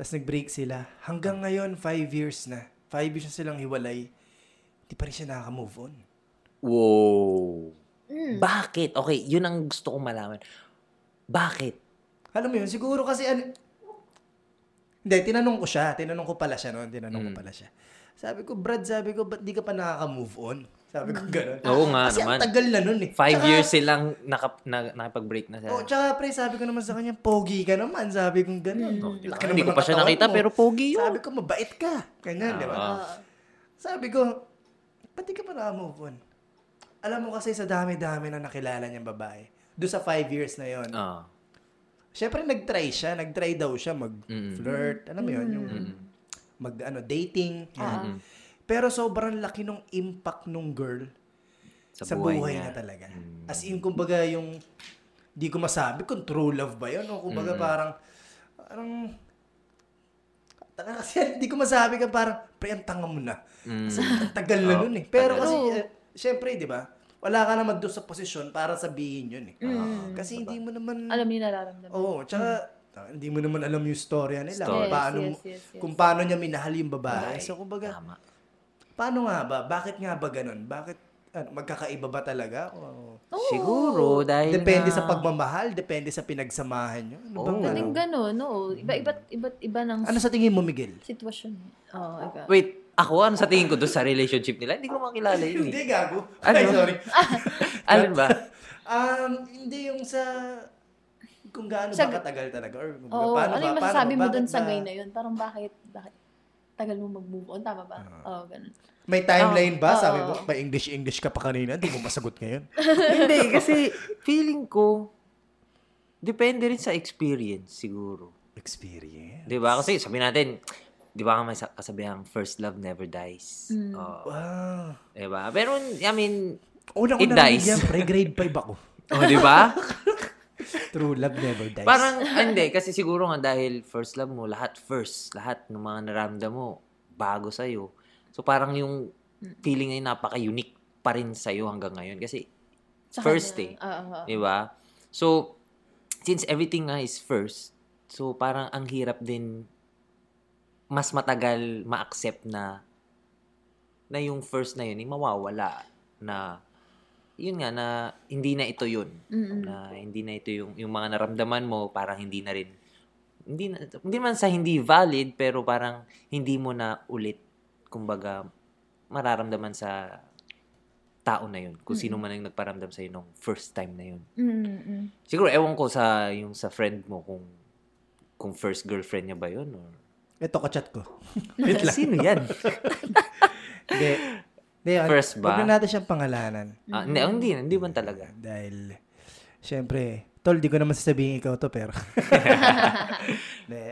[SPEAKER 1] tapos nag-break sila. Hanggang ngayon, five years na. Five years na silang hiwalay. Hindi pa rin siya nakaka-move on.
[SPEAKER 2] Wow.
[SPEAKER 1] Hmm.
[SPEAKER 3] Mm.
[SPEAKER 2] Bakit? Okay, yun ang gusto kong malaman. Bakit?
[SPEAKER 1] Alam mo yun, siguro kasi ano... Hindi, tinanong ko siya. Tinanong ko pala siya noon. Tinanong
[SPEAKER 2] Mm.
[SPEAKER 1] ko pala siya. Sabi ko, Brad, sabi ko, ba't di ka pa nakaka-move on? Sabi ko, gano'n.
[SPEAKER 2] Mm. Oo nga
[SPEAKER 1] kasi
[SPEAKER 2] naman.
[SPEAKER 1] ang tagal na nun eh.
[SPEAKER 2] Five
[SPEAKER 1] Tsaka-
[SPEAKER 2] years silang naka, na, nakipag-break na
[SPEAKER 1] Oh,
[SPEAKER 2] sila.
[SPEAKER 1] tsaka pre, sabi ko naman sa kanya, pogi ka naman. Sabi ko, gano'n.
[SPEAKER 2] Oh, di ba?
[SPEAKER 1] Laki
[SPEAKER 2] Hindi
[SPEAKER 1] naman
[SPEAKER 2] ko
[SPEAKER 1] ng
[SPEAKER 2] pa siya
[SPEAKER 1] katawan
[SPEAKER 2] nakita,
[SPEAKER 1] mo.
[SPEAKER 2] pero pogi yun.
[SPEAKER 1] Sabi ko, mabait ka. Ganyan, di ba?
[SPEAKER 3] Ah.
[SPEAKER 1] Sabi ko, ba't di ka pa nakamove on? Alam mo kasi sa dami-dami na nakilala niyang babae, doon sa five years na yon.
[SPEAKER 2] Ah.
[SPEAKER 1] Siyempre, nag-try siya. Nag-try daw siya mag-flirt. Alam mo yun? Yung mag-dating.
[SPEAKER 2] Ah.
[SPEAKER 1] Pero sobrang laki nung impact nung girl sa, buhay, niya. Mm. talaga. As in, kumbaga yung, di ko masabi kung true love ba yun. O kumbaga parang, parang, tanga kasi, di ko masabi ka parang, pre, ang tanga mo na.
[SPEAKER 2] Mm.
[SPEAKER 1] Kasi ang Mm. tagal na nun eh. Pero kasi, eh, syempre, di ba, wala ka naman doon sa posisyon para sabihin yun eh. Kasi hindi mo naman,
[SPEAKER 3] Mm. Alam niyo nararamdaman.
[SPEAKER 1] oo, tsaka, ah, hindi mo naman alam yung storya nila.
[SPEAKER 2] Story.
[SPEAKER 1] Kung paano,
[SPEAKER 3] Yes,
[SPEAKER 1] mo-
[SPEAKER 3] yes, yes, yes.
[SPEAKER 1] kung paano niya minahal yung babae.
[SPEAKER 2] Right.
[SPEAKER 1] So, kumbaga,
[SPEAKER 2] Tama.
[SPEAKER 1] Paano nga ba? Bakit nga ba ganun? Bakit ano, magkakaiba ba talaga? O,
[SPEAKER 3] Oo.
[SPEAKER 2] Siguro,
[SPEAKER 1] oh,
[SPEAKER 2] dahil
[SPEAKER 1] depende sa
[SPEAKER 2] nga-
[SPEAKER 1] pagmamahal, depende sa pinagsamahan nyo. Ano,
[SPEAKER 2] Oo.
[SPEAKER 1] bang, ano?
[SPEAKER 3] Pwedeng ganun, no? Iba, iba, iba, iba ng
[SPEAKER 1] Hmm. ano sa tingin mo, Miguel?
[SPEAKER 3] sitwasyon. Oo, oh, iba.
[SPEAKER 2] Wait, ako, ano sa tingin ko doon sa relationship nila? Hindi ko makilala yun. eh.
[SPEAKER 1] Hindi, gago.
[SPEAKER 2] Ano?
[SPEAKER 1] Ay, sorry.
[SPEAKER 2] Alin ba?
[SPEAKER 1] Um, hindi yung sa kung gaano
[SPEAKER 3] Sa-
[SPEAKER 1] ba katagal talaga or kung
[SPEAKER 3] Oo,
[SPEAKER 1] paano
[SPEAKER 3] ano
[SPEAKER 1] ba,
[SPEAKER 3] yung
[SPEAKER 1] paano
[SPEAKER 3] masasabi
[SPEAKER 1] ba,
[SPEAKER 3] mo
[SPEAKER 1] bakit
[SPEAKER 3] dun sa gay na yun? Parang bakit, bakit tagal mo mag-move on? Tama ba?
[SPEAKER 1] Ah.
[SPEAKER 3] Oo, oh, ganun.
[SPEAKER 1] May timeline ba?
[SPEAKER 3] Oo.
[SPEAKER 1] Sabi mo, may English-English ka pa kanina, hindi mo masagot ngayon.
[SPEAKER 2] Hindi, kasi feeling ko, depende rin sa experience siguro.
[SPEAKER 1] Experience.
[SPEAKER 2] Di ba? Kasi sabi natin, di ba nga may sa- kasabihang first love never dies.
[SPEAKER 3] Mm.
[SPEAKER 2] Oo.
[SPEAKER 1] Wow.
[SPEAKER 2] di ba? Pero, I mean,
[SPEAKER 1] Una ko
[SPEAKER 2] It
[SPEAKER 1] narinig
[SPEAKER 2] dies.
[SPEAKER 1] yan, pre, grade 5 ako.
[SPEAKER 2] oh, di ba?
[SPEAKER 1] True love never dies.
[SPEAKER 2] Parang, hindi, kasi siguro nga dahil first love mo, lahat first, lahat ng mga naramdam mo, bago sa'yo. So, parang yung feeling na yun, napaka-unique pa rin sa'yo hanggang ngayon. Kasi,
[SPEAKER 3] Sa
[SPEAKER 2] first eh.
[SPEAKER 3] kanya. Oo, oo.
[SPEAKER 2] Di ba? So, since everything nga is first, so parang ang hirap din mas matagal ma-accept na na yung first na yun, yung mawawala na yun nga na hindi na ito yun.
[SPEAKER 3] Mm-mm.
[SPEAKER 2] Na hindi na ito yung yung mga naramdaman mo parang hindi na rin hindi na, hindi man sa hindi valid pero parang hindi mo na ulit kumbaga mararamdaman sa tao na yun kung sino man ang nagparamdam sa nung first time na yun.
[SPEAKER 3] Mm-mm.
[SPEAKER 2] Siguro ewan ko sa yung sa friend mo kung kung first girlfriend niya ba yun or
[SPEAKER 1] Ito ka chat ko. Wait lang.
[SPEAKER 2] sino yan?
[SPEAKER 1] Hindi. Hindi, ano,
[SPEAKER 2] First ba?
[SPEAKER 1] Huwag na natin siyang pangalanan.
[SPEAKER 2] Ah, hindi, hindi, hindi man talaga.
[SPEAKER 1] Dahil, syempre, tol, di ko naman sasabihin ikaw to, pero. Hindi.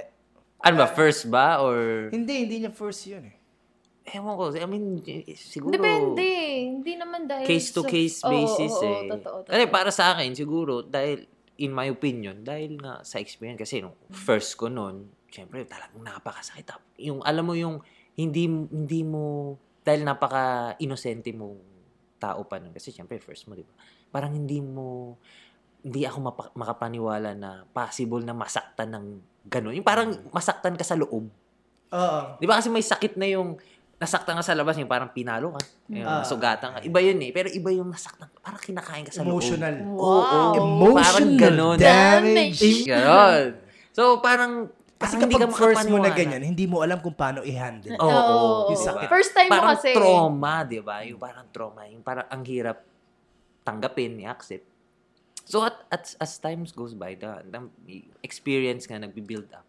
[SPEAKER 2] Ano ba, first ba or
[SPEAKER 1] hindi, hindi niya first yun eh.
[SPEAKER 2] ewan ko, I mean eh, siguro
[SPEAKER 3] Depende. Hindi naman dahil...
[SPEAKER 2] case to
[SPEAKER 3] sa-
[SPEAKER 2] case
[SPEAKER 3] Oo,
[SPEAKER 2] basis
[SPEAKER 3] oo, oo,
[SPEAKER 2] eh.
[SPEAKER 3] totoo, totoo.
[SPEAKER 2] Kasi para sa akin siguro dahil in my opinion dahil nga sa experience kasi nung
[SPEAKER 3] Mm.
[SPEAKER 2] first ko noon, syempre talagang napakasakit. Yung alam mo yung hindi hindi mo dahil napaka inosente mo tao pa nun kasi syempre first mo, di ba? Parang hindi mo hindi ako mapa- makapaniwala na possible na masaktan ng ganun. Yung parang
[SPEAKER 3] Mm.
[SPEAKER 2] masaktan ka sa loob.
[SPEAKER 1] Oo.
[SPEAKER 2] Di ba kasi may sakit na yung nasaktan ka sa labas, yung parang pinalo ka, yung
[SPEAKER 1] Ah.
[SPEAKER 2] nasugatan ka. Iba yun eh. Pero iba yung nasaktan ka. Parang kinakain ka sa
[SPEAKER 1] Emotional.
[SPEAKER 2] loob.
[SPEAKER 3] Wow.
[SPEAKER 2] oh.
[SPEAKER 1] Emotional
[SPEAKER 2] Parang ganun.
[SPEAKER 1] damage. Eh,
[SPEAKER 3] Damage.
[SPEAKER 2] Ganon. So, parang,
[SPEAKER 1] Kasi
[SPEAKER 2] parang hindi ka
[SPEAKER 1] kapag first mo na
[SPEAKER 2] makapaniwala.
[SPEAKER 1] ganyan, hindi mo alam kung paano i-handle.
[SPEAKER 2] Oo.
[SPEAKER 3] Oo,
[SPEAKER 2] oo,
[SPEAKER 3] oo,
[SPEAKER 1] Yung
[SPEAKER 2] diba?
[SPEAKER 1] sakit.
[SPEAKER 3] First time mo
[SPEAKER 2] parang
[SPEAKER 3] kasi.
[SPEAKER 2] trauma, di ba? Yung parang trauma. Yung parang ang hirap tanggapin, i-accept. So, at, at, as times goes by, the, the experience nga nagbi-build up,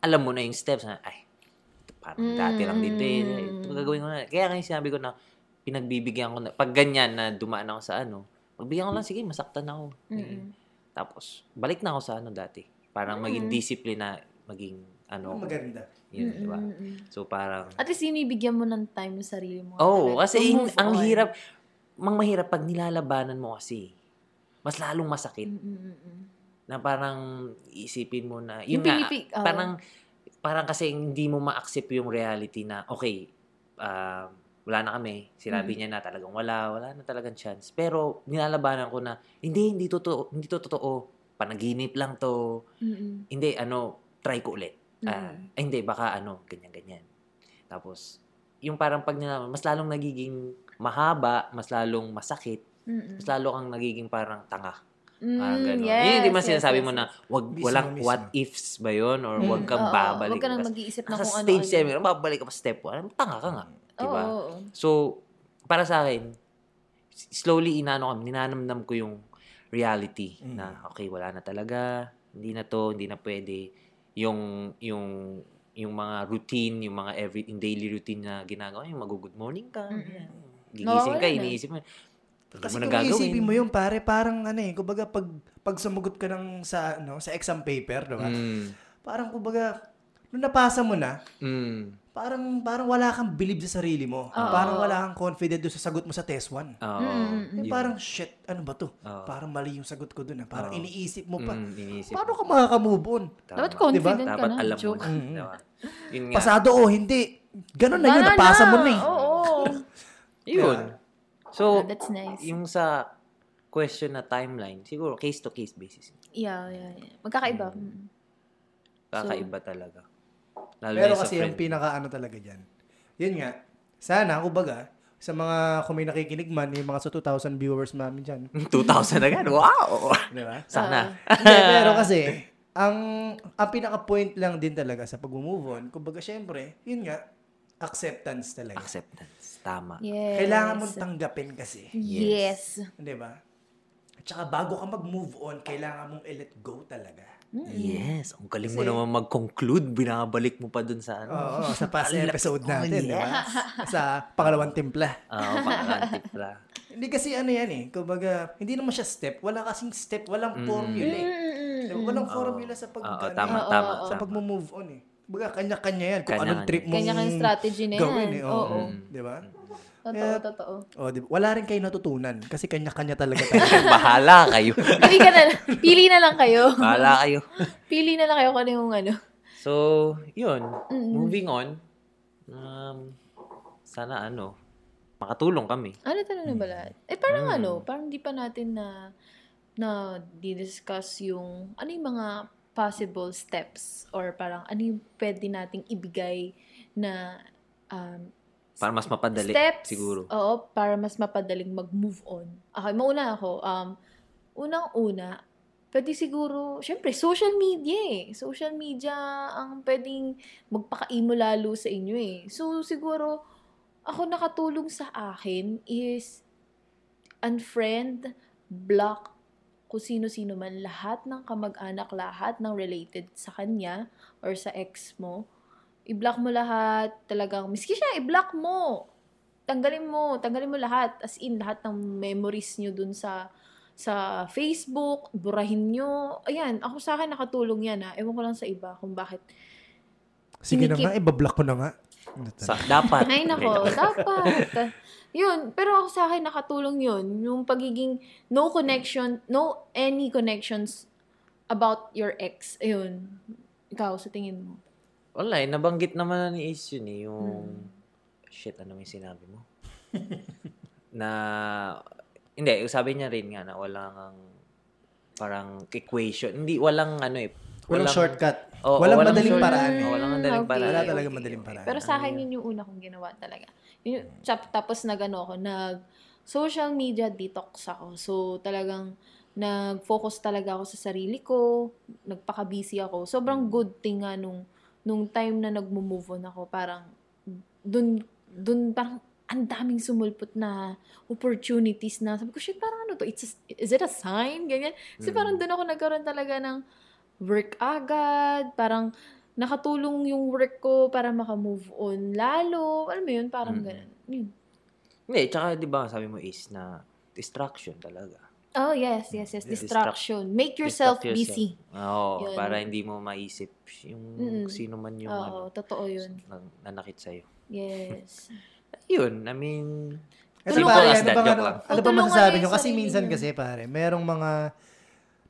[SPEAKER 2] alam mo na yung steps na, ay, ito parang
[SPEAKER 3] Hmm.
[SPEAKER 2] dati lang din to eh. Ay, Ito gagawin ko na. Kaya nga yung sinabi ko na, pinagbibigyan ko na, pag ganyan na dumaan ako sa ano, magbigyan ko lang, sige, masaktan ako. Eh, Tapos, balik na ako sa ano dati. Parang maging discipline na, maging ano,
[SPEAKER 1] Maganda.
[SPEAKER 2] yun, di ba?
[SPEAKER 3] Mm-mm.
[SPEAKER 2] So, parang,
[SPEAKER 3] At least binibigyan mo ng time yung sarili mo.
[SPEAKER 2] Oo, oh,
[SPEAKER 3] Talaga.
[SPEAKER 2] kasi
[SPEAKER 3] To
[SPEAKER 2] in-
[SPEAKER 3] move
[SPEAKER 2] ang
[SPEAKER 3] on.
[SPEAKER 2] hirap, mang mahirap pag nilalabanan mo kasi, mas lalong masakit.
[SPEAKER 3] Mm-mm-mm.
[SPEAKER 2] Na parang isipin mo na, yun
[SPEAKER 3] Yung oh.
[SPEAKER 2] nga,
[SPEAKER 3] pinipi- oo.
[SPEAKER 2] parang, parang kasi hindi mo ma-accept yung reality na, okay, ah, wala na kami,
[SPEAKER 3] Mm.
[SPEAKER 2] sinabi niya na talagang wala, wala na talagang chance. Pero nilalabanan ko na, hindi, hindi totoo, hindi to totoo, panaginip lang to,
[SPEAKER 3] Mm-mm.
[SPEAKER 2] hindi, ano, try ko ulit. Ah,
[SPEAKER 3] Mm.
[SPEAKER 2] ay, hindi, baka ano, ganyan-ganyan. Tapos, yung parang pag nalaman, mas lalong nagiging mahaba, mas lalong masakit,
[SPEAKER 3] Mm-mm.
[SPEAKER 2] mas lalo kang nagiging parang tanga.
[SPEAKER 3] Mm,
[SPEAKER 2] Parang ganun.
[SPEAKER 3] yes,
[SPEAKER 2] yun, di ba
[SPEAKER 3] yes,
[SPEAKER 2] sinasabi
[SPEAKER 3] yes,
[SPEAKER 2] mo na,
[SPEAKER 3] yes.
[SPEAKER 2] wag,
[SPEAKER 1] Mismo,
[SPEAKER 2] walang
[SPEAKER 1] mismo.
[SPEAKER 2] what ifs ba yun? Or
[SPEAKER 1] Mm.
[SPEAKER 2] wag kang
[SPEAKER 3] Oo, oo,
[SPEAKER 2] babalik.
[SPEAKER 3] Huwag ka nang mag-iisip na
[SPEAKER 2] Nasa
[SPEAKER 3] kung ano.
[SPEAKER 2] stage ano, babalik ka pa step one. Tanga ka nga. Di ba?
[SPEAKER 3] Oo, oo.
[SPEAKER 2] So, para sa akin, s- slowly inano kami, ninanamnam ko yung reality
[SPEAKER 1] Mm.
[SPEAKER 2] na okay, wala na talaga, hindi na to, hindi na pwede. Yung yung yung mga routine, yung mga every yung daily routine na ginagawa, yung mag-good morning ka,
[SPEAKER 3] Mm.
[SPEAKER 2] yan. gigising ka,
[SPEAKER 3] Nawawala na.
[SPEAKER 2] iniisip mo. hindi
[SPEAKER 1] Kasi
[SPEAKER 2] mo na
[SPEAKER 1] kung
[SPEAKER 2] gagawin.
[SPEAKER 1] iisipin mo yun, pare, parang ano eh, kumbaga pag, pag sumagot ka ng sa, ano, sa exam paper, di ba?
[SPEAKER 2] Mm.
[SPEAKER 1] Parang kumbaga, nung napasa mo na,
[SPEAKER 2] Mm.
[SPEAKER 1] parang parang wala kang believe sa sarili mo. Parang wala kang confident doon sa sagot mo sa test 1.
[SPEAKER 2] Oo.
[SPEAKER 3] Mm,
[SPEAKER 1] Yung parang, shit, ano ba to?
[SPEAKER 2] Hmm. Oo.
[SPEAKER 1] Parang mali yung sagot ko doon. Parang
[SPEAKER 2] Oo.
[SPEAKER 1] iniisip mo pa.
[SPEAKER 2] Mm, iniisip
[SPEAKER 1] Paano
[SPEAKER 2] mo.
[SPEAKER 1] ka makakamove on?
[SPEAKER 2] Tama.
[SPEAKER 3] Dapat confident ka
[SPEAKER 2] Dapat
[SPEAKER 3] na.
[SPEAKER 2] alam mo
[SPEAKER 3] Joke.
[SPEAKER 2] na. Diba? Yun nga.
[SPEAKER 1] Pasado o hindi? Ganun Ano na yun,
[SPEAKER 3] Wala
[SPEAKER 1] napasa mo na eh.
[SPEAKER 3] Oo.
[SPEAKER 2] Yun. So,
[SPEAKER 3] Ah, that's nice.
[SPEAKER 2] yung sa question na timeline, siguro case-to-case basis.
[SPEAKER 3] Yeah, yeah, yeah. Magkakaiba.
[SPEAKER 2] Hmm.
[SPEAKER 3] Mm.
[SPEAKER 2] Kakaiba talaga. Lalo
[SPEAKER 1] Pero
[SPEAKER 2] na
[SPEAKER 1] kasi
[SPEAKER 2] sa
[SPEAKER 1] yung
[SPEAKER 2] friend.
[SPEAKER 1] pinakaano talaga dyan. Yun nga, sana, kumbaga, sa mga kung may nakikinig man, yung mga sa 2,000 viewers namin dyan.
[SPEAKER 2] 2,000 agad. Wow!
[SPEAKER 1] Di ba?
[SPEAKER 2] Sana.
[SPEAKER 1] Hindi, pero kasi, ang, ang pinaka-point lang din talaga sa pag-move on, kumbaga, syempre, yun nga, acceptance talaga.
[SPEAKER 2] Acceptance. Tama.
[SPEAKER 3] Yes.
[SPEAKER 1] Kailangan mong tanggapin kasi.
[SPEAKER 3] Yes.
[SPEAKER 1] Di ba? At saka bago ka mag-move on, kailangan mong i-let go talaga.
[SPEAKER 2] Yes. Ang galing mo naman mag-conclude. Binabalik mo pa dun sa ano.
[SPEAKER 1] Oo, sa past
[SPEAKER 2] Ang lapit.
[SPEAKER 1] episode
[SPEAKER 2] Oh,
[SPEAKER 1] natin, di ba? Sa pangalawang timpla.
[SPEAKER 2] Oo, pangarantip la.
[SPEAKER 1] Hindi kasi ano yan eh. Kumbaga, hindi naman siya step. Wala kasing step. Walang formula eh. Walang formula sa pag
[SPEAKER 2] Mm.
[SPEAKER 1] ano,
[SPEAKER 2] Oo, tama,
[SPEAKER 3] Mm. Oo,
[SPEAKER 2] tama.
[SPEAKER 3] oo.
[SPEAKER 1] sa
[SPEAKER 2] tama.
[SPEAKER 1] pag-move on eh. Kumbaga, kanya-kanya yan. Kung anong
[SPEAKER 2] Kanya-kanya.
[SPEAKER 1] trip mong
[SPEAKER 3] Kanya-kanyang strategy na yan.
[SPEAKER 1] gawin eh. Oo.
[SPEAKER 3] Oo.
[SPEAKER 1] Di ba?
[SPEAKER 3] Totoo,
[SPEAKER 1] Kaya-
[SPEAKER 3] totoo.
[SPEAKER 1] Oh, di ba? Wala rin kayo natutunan kasi kanya-kanya talaga tayo.
[SPEAKER 2] Bahala kayo.
[SPEAKER 3] Pili ka na lang. Pili na lang kayo.
[SPEAKER 2] Bahala kayo.
[SPEAKER 3] Pili na lang kayo kung ano yung ano.
[SPEAKER 2] So, yun.
[SPEAKER 3] Mm.
[SPEAKER 2] Moving on. Um, sana ano, makatulong kami.
[SPEAKER 3] Ano talaga ba
[SPEAKER 1] Hmm.
[SPEAKER 3] lahat? Eh, parang ano, parang di pa natin na na discuss yung ano yung mga possible steps or parang ano yung pwede nating ibigay na um,
[SPEAKER 2] Para mas mapadali.
[SPEAKER 3] steps.
[SPEAKER 2] Siguro.
[SPEAKER 3] Oo, para mas mapadaling mag-move on. Okay, mauna ako. Um, Unang-una, pwede siguro, syempre, social media eh. Social media ang pwedeng magpakaimo lalo sa inyo eh. So, siguro, ako nakatulong sa akin is unfriend, block, kung sino-sino man lahat ng kamag-anak, lahat ng related sa kanya or sa ex mo. I-block mo lahat talagang, miski siya, i-block mo. Tanggalin mo, tanggalin mo lahat. As in, lahat ng memories nyo dun sa sa Facebook, burahin nyo. Ayan, ako sa akin nakatulong yan ha. Ewan ko lang sa iba kung bakit.
[SPEAKER 1] Sige na nga,
[SPEAKER 3] Sinikip.
[SPEAKER 1] ibablock ko na nga.
[SPEAKER 2] Sa, dapat.
[SPEAKER 3] Ay, nako,
[SPEAKER 2] Hindi,
[SPEAKER 3] dapat. Yun, pero ako sa akin nakatulong yun. Yung pagiging no connection, no any connections about your ex. Ayun. Ikaw, sa tingin mo.
[SPEAKER 2] Wala eh, nabanggit naman na ni Ace yun eh, yung...
[SPEAKER 3] Mm.
[SPEAKER 2] Shit, ano yung sinabi mo? na... Hindi, sabi niya rin nga na walang ang parang equation. Hindi, walang ano eh.
[SPEAKER 1] Walang shortcut.
[SPEAKER 2] Oo,
[SPEAKER 1] walang madaling
[SPEAKER 2] short-
[SPEAKER 1] paraan eh.
[SPEAKER 2] Oo, walang madaling
[SPEAKER 3] Okay,
[SPEAKER 2] paraan. Mm.
[SPEAKER 1] Wala talaga madaling paraan.
[SPEAKER 3] Pero sa akin, yun yung una kong ginawa talaga. Yun, yung- tap- tapos nagano ako, nag social media detox ako. So, talagang nag-focus talaga ako sa sarili ko, nagpaka-busy ako.
[SPEAKER 1] Mm.
[SPEAKER 3] Sobrang good thing nga nung, nung time na nag-move on ako, parang dun, dun parang ang daming sumulpot na opportunities na sabi ko, shit, parang ano to? It's a- is it a sign? Ganyan. Kasi
[SPEAKER 2] Mm.
[SPEAKER 3] parang dun ako nagkaroon talaga ng work agad, parang nakatulong yung work ko para makamove on lalo. Alam mo yun, parang
[SPEAKER 2] Mm.
[SPEAKER 3] ganun. Yun.
[SPEAKER 2] Hindi, tsaka di ba sabi mo Ace na distraction talaga.
[SPEAKER 3] Oh, yes, yes, yes.
[SPEAKER 2] Yeah, distract-
[SPEAKER 3] Distraction. Make yourself
[SPEAKER 2] Distract
[SPEAKER 3] busy.
[SPEAKER 2] yourself. Oo,
[SPEAKER 3] Yun.
[SPEAKER 2] para hindi mo maisip yung
[SPEAKER 3] Mm-mm.
[SPEAKER 2] sino man yung ano,
[SPEAKER 3] Oo, totoo yun.
[SPEAKER 2] na, nanakit sa'yo.
[SPEAKER 3] Yes.
[SPEAKER 2] Yun, I mean,
[SPEAKER 1] Kasi
[SPEAKER 3] Tulungan
[SPEAKER 1] pare,
[SPEAKER 2] us
[SPEAKER 1] ano
[SPEAKER 2] that,
[SPEAKER 1] ba,
[SPEAKER 2] joke
[SPEAKER 1] ano,
[SPEAKER 2] lang.
[SPEAKER 1] ano ba
[SPEAKER 3] Tulungan
[SPEAKER 1] masasabi
[SPEAKER 3] yung
[SPEAKER 1] nyo? Kasi
[SPEAKER 3] sarili
[SPEAKER 1] minsan
[SPEAKER 3] nyo.
[SPEAKER 1] kasi pare, merong mga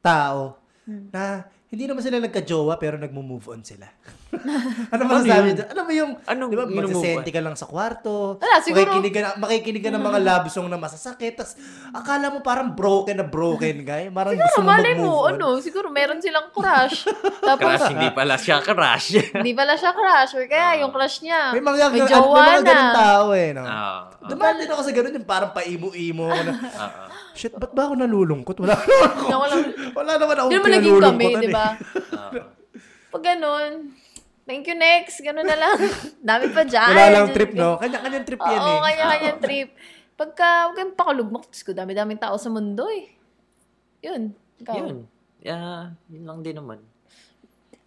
[SPEAKER 1] tao
[SPEAKER 3] Hmm.
[SPEAKER 1] na hindi naman sila nagka-jowa pero nagmo-move on sila. ano
[SPEAKER 2] Ano
[SPEAKER 1] masasabi
[SPEAKER 2] yun?
[SPEAKER 1] dyan? Alam mo yung,
[SPEAKER 2] Anong
[SPEAKER 1] di ba,
[SPEAKER 2] yun ang move
[SPEAKER 1] magsisente
[SPEAKER 2] on?
[SPEAKER 1] ka lang sa kwarto,
[SPEAKER 3] Wala, Ah, siguro- Hmm.
[SPEAKER 1] makikinig ka, na, makikinig ka ng mga love song na masasakit, tas akala mo parang broken na broken, guy. Parang gusto
[SPEAKER 3] Pero
[SPEAKER 1] mo
[SPEAKER 3] malay
[SPEAKER 1] mag-move
[SPEAKER 3] mo,
[SPEAKER 1] on.
[SPEAKER 3] ano, siguro meron silang crush. Tapos,
[SPEAKER 2] crush, hindi pala siya crush.
[SPEAKER 3] hindi pala siya crush. Or kaya, yung crush niya,
[SPEAKER 1] Ah. May mga, may
[SPEAKER 3] jowa
[SPEAKER 1] mga ganun
[SPEAKER 3] na.
[SPEAKER 1] tao eh. No?
[SPEAKER 2] Oo, oo,
[SPEAKER 1] Dumaan din ako sa ganun, yung parang paimo-imo ako na,
[SPEAKER 2] oo.
[SPEAKER 1] shit, ba't ba ako nalulungkot? Wala naman ako.
[SPEAKER 3] Naku lang.
[SPEAKER 1] Wala naman ako
[SPEAKER 3] Yun naman naging kami,
[SPEAKER 1] pinalulungkotan
[SPEAKER 3] di
[SPEAKER 1] eh.
[SPEAKER 3] ba?
[SPEAKER 2] oo.
[SPEAKER 3] Pag ganun, thank you next, ganun na lang. Dami pa dyan.
[SPEAKER 1] Wala lang trip, no? Kanya-kanyang trip yan
[SPEAKER 3] Oo,
[SPEAKER 1] eh.
[SPEAKER 3] kanya-kanyang trip. Pagka, huwag kayong pakalugmok, Diyos ko, dami-daming tao sa mundo eh. Yun. Ikaw.
[SPEAKER 2] Yun. Yeah, yun lang din naman.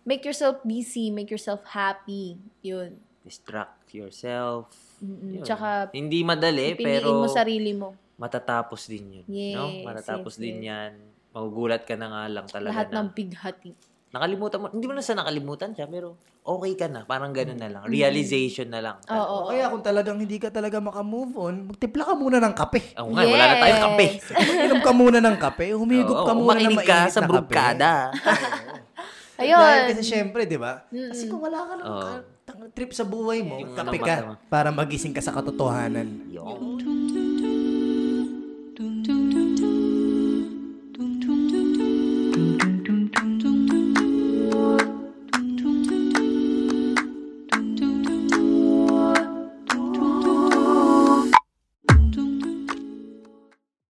[SPEAKER 3] Make yourself busy, make yourself happy. Yun.
[SPEAKER 2] Distract yourself.
[SPEAKER 3] Mm-mm.
[SPEAKER 2] Yun.
[SPEAKER 3] Tsaka,
[SPEAKER 2] hindi madali,
[SPEAKER 3] piliin
[SPEAKER 2] pero
[SPEAKER 3] mo sarili mo.
[SPEAKER 2] matatapos din yun. no?
[SPEAKER 3] Yes,
[SPEAKER 2] Matatapos
[SPEAKER 3] yes,
[SPEAKER 2] din
[SPEAKER 3] yes.
[SPEAKER 2] yan. Magugulat ka na nga lang talaga
[SPEAKER 3] Lahat
[SPEAKER 2] na.
[SPEAKER 3] ng bighati.
[SPEAKER 2] Nakalimutan mo. Hindi mo na sa nakalimutan siya, pero okay ka na. Parang ganun na lang.
[SPEAKER 3] Mm.
[SPEAKER 2] Realization na lang.
[SPEAKER 3] Oo.
[SPEAKER 1] O oh, kaya kung talagang hindi ka talaga makamove on, magtimpla ka muna ng kape.
[SPEAKER 2] Oo nga, wala na tayong kape.
[SPEAKER 3] Yes.
[SPEAKER 1] Inom ka muna ng kape, humigop
[SPEAKER 2] Oo,
[SPEAKER 1] ka muna ng
[SPEAKER 2] umakinig
[SPEAKER 1] mainit
[SPEAKER 2] ka
[SPEAKER 1] na
[SPEAKER 2] sa
[SPEAKER 1] kape.
[SPEAKER 2] brugkada.
[SPEAKER 1] Dahil
[SPEAKER 3] Ayun.
[SPEAKER 1] kasi syempre, di ba? Kasi kung wala ka lang
[SPEAKER 2] Oo.
[SPEAKER 1] tang- trip sa buhay mo,
[SPEAKER 2] Yung
[SPEAKER 1] kape
[SPEAKER 2] ano,
[SPEAKER 1] ka
[SPEAKER 2] matama.
[SPEAKER 1] para magising ka sa katotohanan.
[SPEAKER 2] Yung.
[SPEAKER 4] Tung